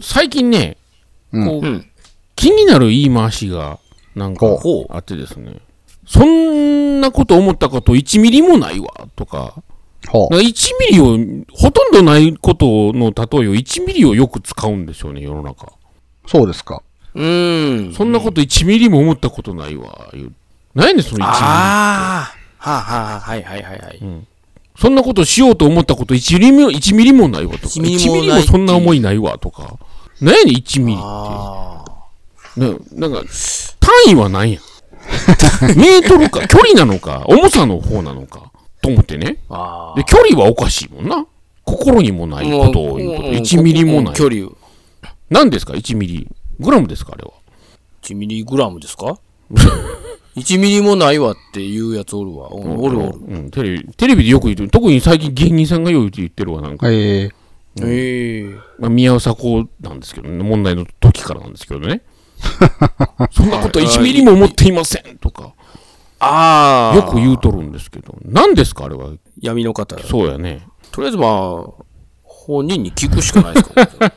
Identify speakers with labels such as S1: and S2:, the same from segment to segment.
S1: 最近ね、
S2: うん
S1: こう、
S3: うん
S1: 気になる言い回しが、なんか
S3: ほう、
S1: あってですね。そんなこと思ったこと1ミリもないわ、とか。
S2: ほう。
S1: 1ミリを、ほとんどないことの例えを1ミリをよく使うんですよね、世の中。
S2: そうですか。
S3: うん。
S1: そんなこと1ミリも思ったことないわ、言う。何やねん、その1ミリ。
S3: ああ。はあはあ、はいはいはいはい。
S1: そんなことしようと思ったこと1ミリも、1ミリもないわ、とか。
S3: 1
S1: 1
S3: ミ
S1: ミ
S3: リもない
S1: リもそんな思いないわ、とか。何やねん、1ミリって。
S3: ああ。
S1: ね、なんか、単位は何や メートルか、距離なのか、重さの方なのか、と思ってね。
S3: あ
S1: で、距離はおかしいもんな。心にもない
S3: も
S1: ことを言うこと。
S3: ん
S1: 1ミリもない。
S3: 距離、
S1: 何ですか ?1 ミリ。グラムですかあれは。
S3: 1ミリグラムですか ?1 ミリもないわっていうやつおるわ。うんおるおる。
S1: うん、テレビ、テレビでよく言ってる。特に最近芸人さんがよく言ってるわ、なんか。
S2: ええ
S3: ええ。
S1: まあ、宮迫なんですけどね。問題の時からなんですけどね。そんなこと1ミリも思っていませんとか、
S3: ああ。
S1: よく言うとるんですけど。何ですかあれは。
S3: 闇の方。
S1: そうやね。
S3: とりあえずまあ、本人に聞くしかないですから、ね。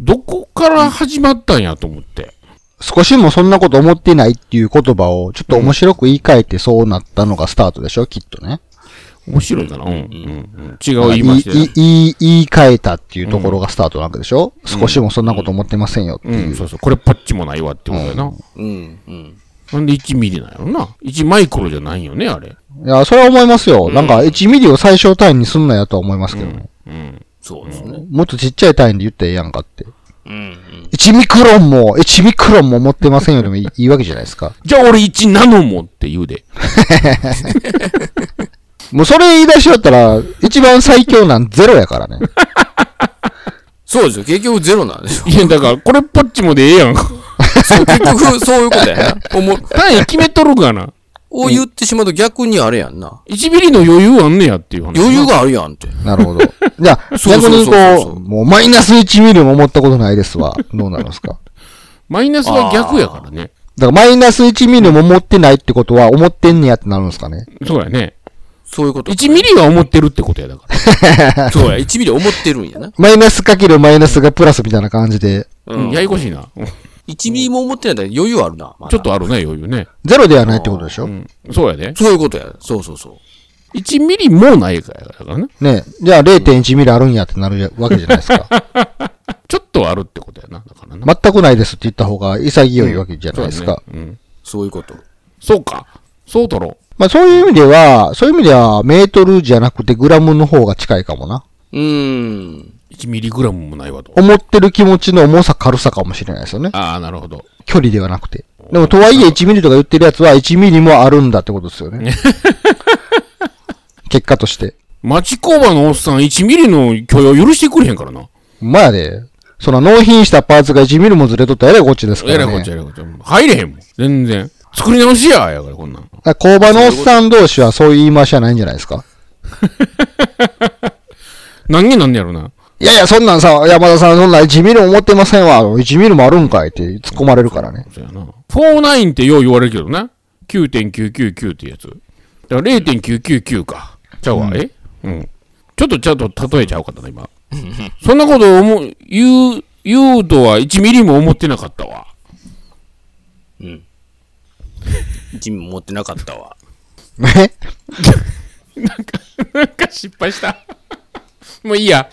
S1: どこから始まったんやと思って。
S2: 少しもそんなこと思ってないっていう言葉をちょっと面白く言い換えてそうなったのがスタートでしょきっとね。
S1: 面白いかな。うん。うん。うん違う言
S2: い
S1: いまして。
S2: いいい言い換えたっていうところがスタートなわけでしょ、少しもそんなこと思ってませんよって
S1: う
S2: い
S1: ん、
S2: う。
S1: そうそう。これっぽっちもないわってことやな。
S3: うん、うん。
S1: なんで1ミリなんやろな。1マイクロじゃないよね、あれ。
S2: いや、それは思いますよ。なんか1ミリを最小単位にすんなよとは思いますけどね。
S1: うん。
S3: そうですね。
S2: もっとちっちゃい単位で言ってええやんかって。
S3: うん、うん。
S2: 1ミクロンも、1ミクロンも持ってませんよでもいいいいわけじゃないですか。
S1: じゃあ俺1ナノもって言うで。
S2: もうそれ言い出しよったら、一番最強なんゼロやからね。
S3: そうですよ。結局ゼロなんでしょ。
S1: いや、だからこれっぽっちもでええやんか。
S3: そう、結局そういうことやな。おも、
S1: 単位決めとるがな。
S3: を言ってしまうと逆にあれやんな。
S1: 1ミリの余裕あんねやっていう話。
S3: 余裕があるやんって。
S2: なる ほど。じゃあ、
S3: そう
S2: 逆
S3: そうそう
S2: に
S3: そう
S2: こう、もうマイナス1ミリも持ったことないですわ。どうなりますか
S1: マイナスは逆やからね。
S2: だからマイナス1ミリも持ってないってことは、思ってんねやってなるんですかね。
S1: そうやね。
S3: そういうこと。
S1: 1ミリは思ってるってことやだから。
S3: そう や、1ミリ思ってるんやな。
S2: マイナスかけるマイナスがプラスみたいな感じで、
S1: うん。ややこしいな。うん
S3: 1ミリも思ってないんだけど余裕あるな。まだ
S1: ちょっ。とあるね、余裕ね。
S2: ゼロではないってことでしょ
S1: うん。そうやで。
S3: そういうことや。そうそうそう。
S1: 1ミリもないからね。
S2: ねじゃあ0.1ミリあるんやってなるわけじゃないです か。
S1: ちょっとはあるってことやな。だからな。
S2: 全くないですって言った方が潔いわけじゃないですか。
S1: そうねうん。
S3: そういうこと。
S1: そうか。そうだろ
S2: まあそういう意味では、そういう意味ではメートルじゃなくてグラムの方が近いかもな。
S3: うーん。
S1: う。1ミリグラムもないわと。
S2: 思ってる気持ちの重さ軽さかもしれないですよね。
S1: ああ、なるほど。
S2: 距離ではなくて。でもとはいえ1ミリとか言ってるやつは1ミリもあるんだってことですよね。結果として。
S1: 町工場のおっさん1ミリの許容許してくれへんからな。
S2: まあで、その納品したパーツが1ミリもずれとったらえらいこっちですか
S1: えら
S2: らね。
S1: いこっちゃえらいこっちゃ。入れへんもん。全然。作り直しや、やからこんなん。
S2: だから工場のおっさん同士はそういう言い回しはないんじゃないですか
S1: 何になんねやろな。
S2: いやいや、そんなんさ、山田さん、そんなん1ミリも思ってませんわ。1ミリもあるんかいって突っ込まれるからね。
S1: そうやな。49ってよう言われるけどな。9.999ってやつ。だから0.999か。ちゃうわ、えうん。ちょっとちゃんと例えちゃうかったな、今。そんなこと思う、言う、言うとは1ミリも思ってなかったわ。
S3: 1ミリも持ってなかったわ。
S2: ね
S1: なんか失敗した。もういいや。